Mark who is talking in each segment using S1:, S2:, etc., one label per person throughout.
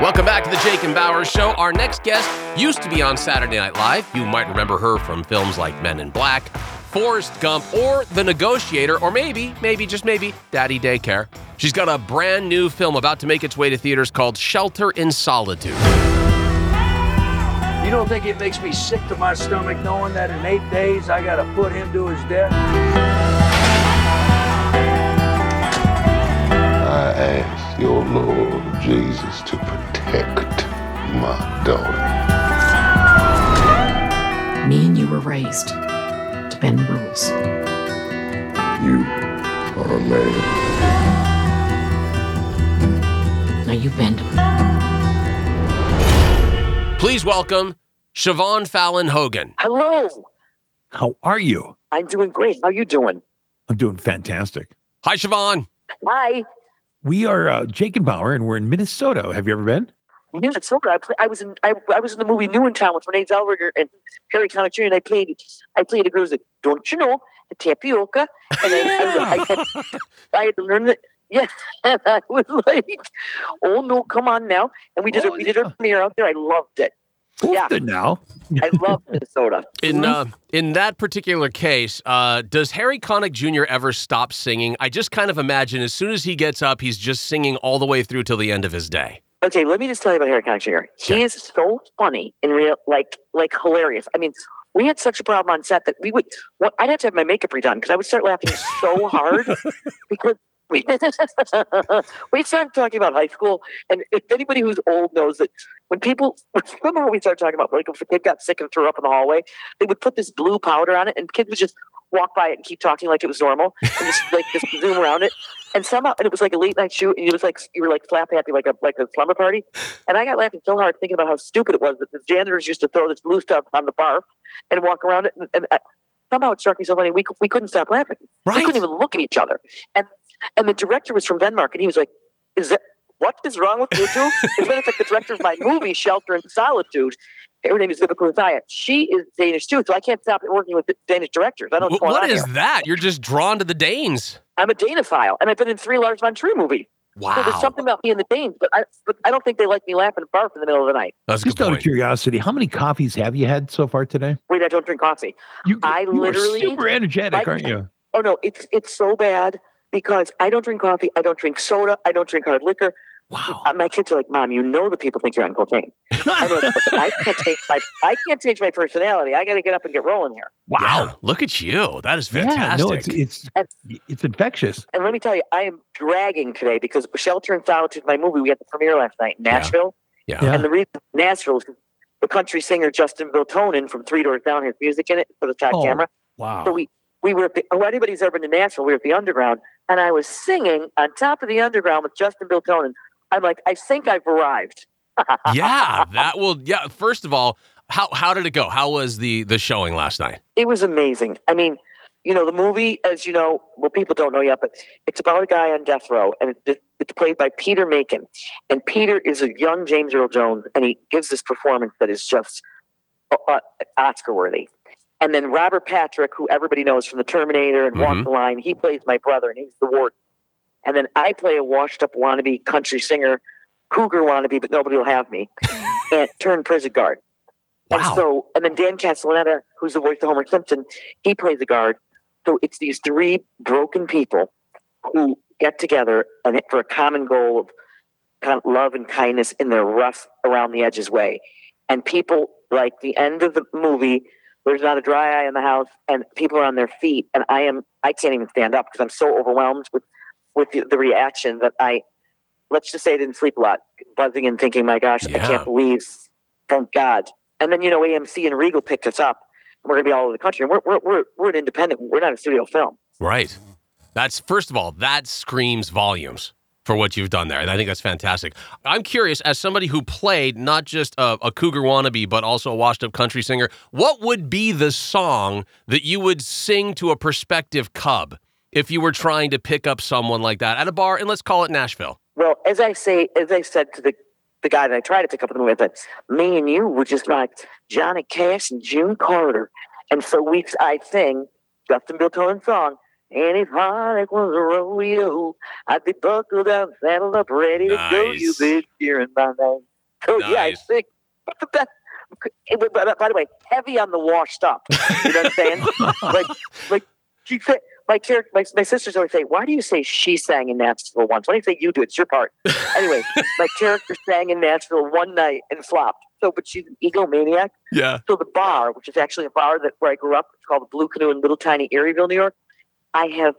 S1: Welcome back to the Jake and Bauer Show. Our next guest used to be on Saturday Night Live. You might remember her from films like Men in Black, Forrest Gump, or The Negotiator, or maybe, maybe, just maybe, Daddy Daycare. She's got a brand new film about to make its way to theaters called Shelter in Solitude.
S2: You don't think it makes me sick to my stomach knowing that in eight days I gotta put him to his death?
S3: I ask your Lord Jesus to protect my daughter.
S4: Me and you were raised to bend the rules.
S3: You are a man.
S4: Now you bend them.
S1: Please welcome Siobhan Fallon Hogan.
S5: Hello.
S6: How are you?
S5: I'm doing great. How you doing?
S6: I'm doing fantastic.
S1: Hi, Siobhan.
S5: Hi.
S6: We are uh, Jake and Bauer, and we're in Minnesota. Have you ever been?
S5: Minnesota. I play, I was in I, I was in the movie New in Town with Renee Zellweger and Harry Connick Jr. and I played I played a girl who said, Don't you know the tapioca? And I, I, I, had, I had to learn that yeah. And I was like, Oh no, come on now. And we did a
S6: Oh,
S5: we did a
S6: yeah.
S5: premiere out there. I loved it. Yeah.
S6: Good now.
S5: I love Minnesota.
S1: In uh, in that particular case, uh, does Harry Connick Jr. ever stop singing? I just kind of imagine as soon as he gets up, he's just singing all the way through till the end of his day.
S5: Okay, let me just tell you about Harry Connick Jr. He
S1: Yeah.
S5: is so funny and real, like like hilarious. I mean, we had such a problem on set that we would. Well, I'd have to have my makeup redone because I would start laughing so hard because we we started talking about high school, and if anybody who's old knows that when people remember when we started talking about like if a kid got sick and threw up in the hallway, they would put this blue powder on it, and kids would just walk by it and keep talking like it was normal, and just like just zoom around it. And somehow, and it was like a late night shoot, and it was like you were like flap happy, like a like a slumber party. And I got laughing so hard thinking about how stupid it was that the janitors used to throw this blue stuff on the bar and walk around it. And, and I, somehow it struck me so funny. We, cou- we couldn't stop laughing. We couldn't even look at each other. And and the director was from Denmark, and he was like, "Is that what is wrong with you two?" and then it's like the director of my movie, Shelter in Solitude. Her name is Vivica Rathia. She is Danish too, so I can't stop working with Danish directors. I don't know
S1: Wh-
S5: what's going
S1: what
S5: on
S1: is
S5: here.
S1: that? You're just drawn to the Danes.
S5: I'm a Danophile, and I've been in three Lars von Trier movies. So there's
S1: Wow,
S5: something about me and the Danes, but I, but I don't think they like me laughing and barf in the middle of the night.
S1: that's a good
S6: Just out of
S1: point.
S6: curiosity, how many coffees have you had so far today?
S5: Wait, I don't drink coffee.
S6: You,
S5: I
S6: you are
S5: literally-
S6: super energetic,
S5: I-
S6: aren't you?
S5: Oh no, it's it's so bad because I don't drink coffee, I don't drink soda, I don't drink hard liquor.
S6: Wow.
S5: Uh, My kids are like, "Mom, you know the people think you're on cocaine." I'm like, "Listen, I can't change my I can't change my personality. I got to get up and get rolling here.
S1: Wow, look at you. That is
S6: Yeah,
S1: fantastic.
S6: no, it's it's it's infectious.
S5: And let me tell you, I am dragging today because Shelter and Solitude, my movie, we had the premiere last night in
S1: Yeah.
S5: Nashville.
S1: yeah.
S6: Yeah.
S5: And the reason Nashville is the country singer Justin Viltonen from Three Doors Down has music in it for the top
S6: Oh.
S5: camera. So
S6: Wow.
S5: we we were at the, oh, anybody's ever been to Nashville, we were at the Underground, and I was singing on top of the Underground with Justin Biltonen. I'm like, I think I've arrived.
S1: yeah, that will. Yeah, first of all, how how did it go? How was the the showing last night?
S5: It was amazing. I mean, you know, the movie, as you know, well, people don't know yet, but it's about a guy on death row, and it, it's played by Peter Macon. And Peter is a young James Earl Jones, and he gives this performance that is just uh, Oscar worthy. And then Robert Patrick, who everybody knows from The Terminator and Walk the Line, he plays my brother, and he's the warden. And then I play a washed-up wannabe country singer, cougar wannabe, but nobody will have me, and turned prison guard.
S1: Wow.
S5: And so, and then Dan Castellaneta, who's the voice of Homer Simpson, he plays the guard. So it's these three broken people who get together and for a common goal of kind of love and kindness in their rough around the edges way. And people like the end of the movie, there's not a dry eye in the house, and people are on their feet. And I am I can't even stand up because I'm so overwhelmed with with the, the reaction that I let's just say I didn't sleep a lot, buzzing and thinking, my gosh, I
S1: Yeah.
S5: can't believe, thank God. And then you know AMC and Regal picked us up. We're gonna be all over the country, and we're we're we're, we're an independent. We're not a studio film.
S1: Right. That's first of all, that screams volumes for what you've done there. And I think that's fantastic. I'm curious, as somebody who played not just a, a cougar wannabe, but also a washed up country singer, what would be the song that you would sing to a prospective cub if you were trying to pick up someone like that at a bar? And let's call it Nashville.
S5: Well, as I say, as I said to the the guy that I tried to pick up in the movie, I said, me and you were just like Johnny Cash and June Carter. And so we, I sing Justin Biltonen song, and if Harnick was a rodeo, I'd be buckled up, saddled up, ready to go. You
S1: Nice.
S5: bitch, hearing my name. So yeah, I
S1: Nice.
S5: think but that- it would- but- by the way, heavy on the washed up. You know what I'm saying? like, like she said, my character, my, my sisters always say, "Why do you say she sang in Nashville once? Why do you say you do? It's your part." anyway, my character sang in Nashville one night and flopped. So, but she's an egomaniac.
S1: Yeah.
S5: So the bar, which is actually a bar that where I grew up, it's called the Blue Canoe in Little Tiny Erieville, New York. I have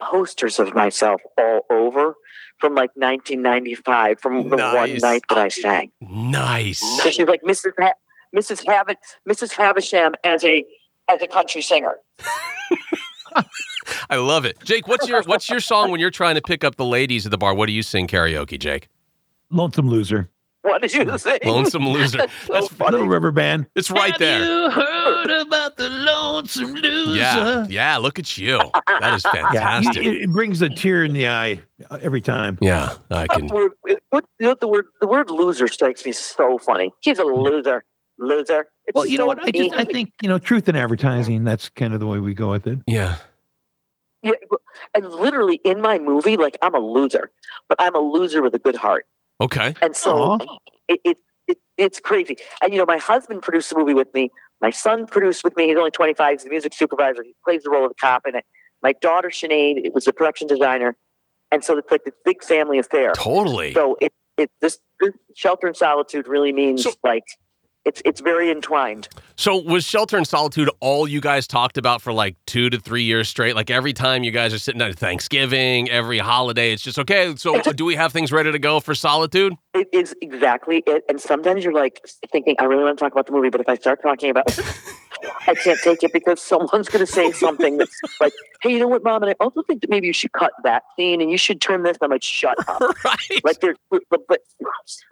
S5: posters of myself all over from like 1995 from the one
S1: Nice.
S5: night that I sang.
S1: Nice.
S5: So she's like Mrs. Ha- Mrs. Havish, Mrs. Havisham as a as a country singer.
S1: I love it. Jake, what's your what's your song when you're trying to pick up the ladies at the bar? What do you sing karaoke, Jake?
S6: Lonesome Loser.
S5: What did
S1: Hmm.
S5: you say?
S1: Lonesome loser.
S5: That's so
S1: That's
S6: Little River Band.
S1: it's right there.
S6: you heard about the Lonesome Loser?
S1: Yeah. Yeah, look at you. That is
S6: Yeah, you-
S1: fantastic.
S6: it, it brings a tear in the eye uh, every time.
S1: Yeah, I
S5: That
S1: can
S5: word- it- what- you know, the word the word loser strikes me so funny. He's a loser, loser. It's
S6: Well, you know
S5: so
S6: what? I just I
S5: mean.
S6: think you know, truth in advertising. That's kind of the way we go with it.
S1: Yeah.
S5: Yeah, but- and literally in my movie, like I'm a loser, but I'm a loser with a good heart,
S1: Okay.
S5: and so
S6: Aw.
S5: it, it, it it's crazy. And you know, my husband produced the movie with me. My son produced with me. He's only 25. He's the music supervisor. He plays the role of the cop in it. My daughter Sinead it was the production designer, and so it's like this big family affair.
S1: Totally.
S5: So it it this, this shelter and solitude really means
S1: So-
S5: like it's it's very entwined.
S1: So was shelter and solitude all you guys talked about for like two to three years straight? Like every time you guys are sitting at Thanksgiving, every holiday, it's just okay. So do we have things ready to go for solitude?
S5: It is exactly it. And sometimes you're like thinking, I really want to talk about the movie, but if I start talking about I can't take it because someone's going to say something that's like, hey, you know what, mom? And I also think that maybe you should cut that scene and you should turn this. And I'm like, shut up.
S1: right.
S5: like, there's, but, but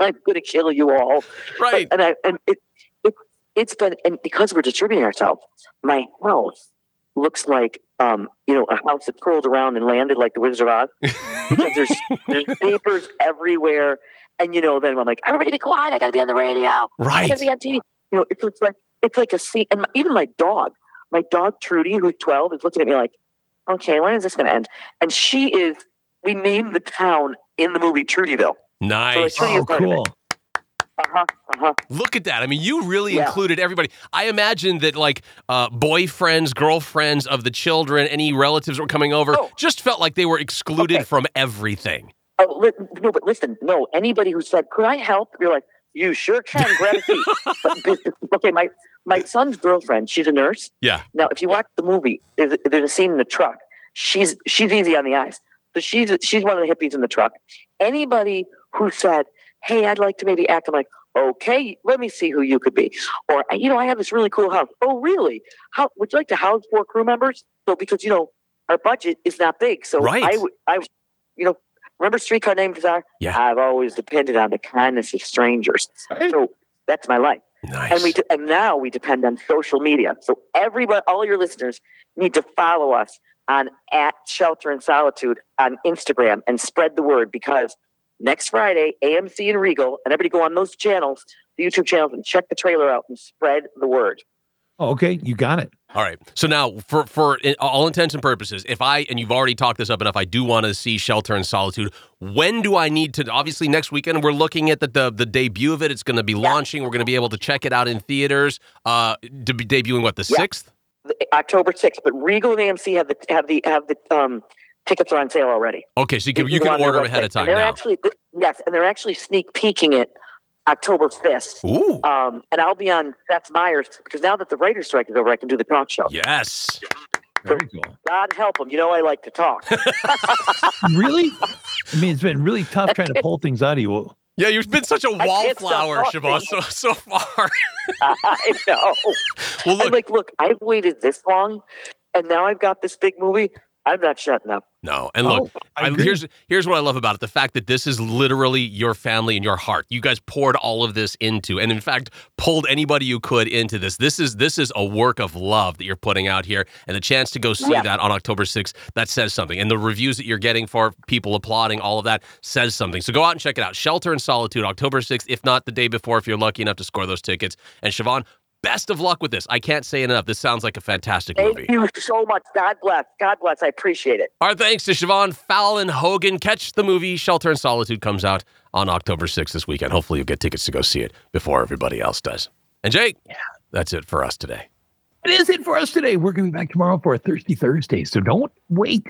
S5: I'm going to kill you all.
S1: right.
S5: And I and it, it it's been and because we're distributing ourselves, my house looks like um you know a house that curled around and landed like the Wizard of Oz because there's there's papers everywhere, and you know then I'm like everybody be quiet, I gotta be on the radio, I
S1: Right.
S5: gotta be on TV. You know it's, it's like it's like a scene, and my, even my dog, my dog Trudy who's 12 is looking at me like, okay, when is this gonna end? And she is. We named the town in the movie Trudyville.
S1: Nice.
S5: So
S6: Oh,
S5: you're part of it.
S6: cool.
S5: Uh huh. Uh huh.
S1: Look at that. I mean, you really
S5: Yeah.
S1: included everybody. I imagine that like uh, boyfriends, girlfriends of the children, any relatives that were coming over,
S5: Oh.
S1: just felt like they were excluded
S5: Okay.
S1: from everything.
S5: Oh, li- no, but listen, no, anybody who said, could I help? You're like, you sure can, grab a seat. But this- okay, my, my son's girlfriend, she's a nurse.
S1: Yeah.
S5: Now, if you watch the movie, there's, there's a scene in the truck. She's, she's easy on the eyes. So she's, she's one of the hippies in the truck. Anybody who said, hey, I'd like to maybe act, I'm like, okay, let me see who you could be. Or, you know, I have this really cool house. Oh, really? How Would you like to house four crew members? So, because, you know, our budget is not big. So
S1: Right.
S5: I would, I, you know, remember Streetcar Named Desire?
S1: Yeah.
S5: I've always depended on the kindness of strangers. So that's my life.
S1: Nice.
S5: And we do, and now we depend on social media. So everybody, all your listeners need to follow us on at Shelter and Solitude on Instagram and spread the word because next Friday, AMC and Regal, and everybody go on those channels, the YouTube channels, and check the trailer out and spread the word.
S6: Oh, okay, you got it.
S1: All right. So now, for for i- all intents and purposes, if I and you've already talked this up enough, I do want to see Shelter and Solitude. When do I need to? Obviously, next weekend we're looking at the the, the debut of it. It's going to be launching. We're going to be able to check it out in theaters. Uh, to be debuting what the
S5: Yeah.
S1: sixth?
S5: eh, October sixth, but Regal and AMC have the have the have the um, tickets are on sale already.
S1: Okay, so you can you
S5: go
S1: can
S5: on their
S1: order them ahead of
S5: website.
S1: time
S5: And they're
S1: now.
S5: actually yes, and they're actually sneak peeking it October fifth.
S1: Ooh,
S5: Um, and I'll be on Seth Meyers because now that the writer's strike is over, I can do the talk show.
S1: yes.
S6: Very cool.
S5: God help him. You know I like to talk.
S6: really? I mean, it's been really tough trying to pull things out of you. Well,
S1: Yeah, you've been such a
S5: I can't stop
S1: wallflower,
S5: talking.
S1: Siobhan, so so far.
S5: I know.
S1: well,
S5: I'm
S1: look,
S5: like, look, I've waited this long, and now I've got this big movie. I'm not shutting up.
S1: no, and look,
S6: oh,
S1: I,
S6: agree.
S1: here's here's what I love about it: the fact that this is literally your family and your heart. You guys poured all of this into, and in fact, pulled anybody you could into this. This is this is a work of love that you're putting out here, and the chance to go see
S5: Yeah.
S1: that on October 6th that says something. And the reviews that you're getting for people applauding all of that says something. So go out and check it out. Shelter and Solitude, October 6th, if not the day before, if you're lucky enough to score those tickets. And Siobhan, best of luck with this. I can't say enough. This sounds like a fantastic movie.
S5: Thank you so much. God bless. God bless. I appreciate it.
S1: Our thanks to Siobhan Fallon Hogan. Catch the movie Shelter and Solitude comes out on October 6th this weekend. Hopefully, you'll get tickets to go see it before everybody else does. And Jake, that's it for us today.
S6: That is it for us today. We're going to be back tomorrow for a Thirsty Thursday. So don't wait.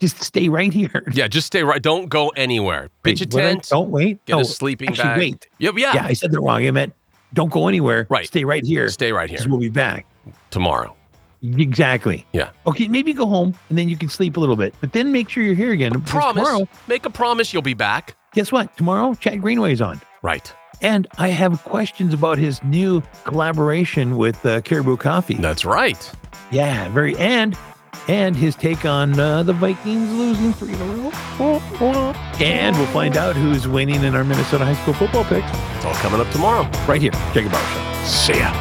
S6: Just stay right here.
S1: Yeah, just stay right. Don't go anywhere. Pitch a
S6: Wait, what?
S1: tent.
S6: Don't wait.
S1: Get
S6: No,
S1: a sleeping
S6: Oh, actually,
S1: bag.
S6: wait.
S1: Yep, yeah.
S6: Yeah, I said that wrong. I meant don't go anywhere.
S1: Right.
S6: Stay right here.
S1: Stay right here
S6: 'cause We'll be back.
S1: tomorrow.
S6: Exactly.
S1: Yeah.
S6: Okay, maybe go home and then you can sleep a little bit, but then make sure you're here again. because
S1: Promise.
S6: Tomorrow,
S1: Make a promise you'll be back.
S6: guess what? Tomorrow, Chad Greenway's on.
S1: Right.
S6: And I have questions about his new collaboration with uh, Caribou Coffee.
S1: That's right.
S6: Yeah, very. And and his take on uh, the Vikings losing three in a row. And we'll find out who's winning in our Minnesota high school football picks
S1: It's all coming up tomorrow.
S6: right here. Check it out.
S1: See ya.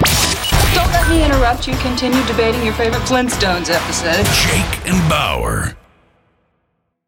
S7: Don't let me interrupt you. Continue debating your favorite Flintstones episode.
S8: Jake and Bauer.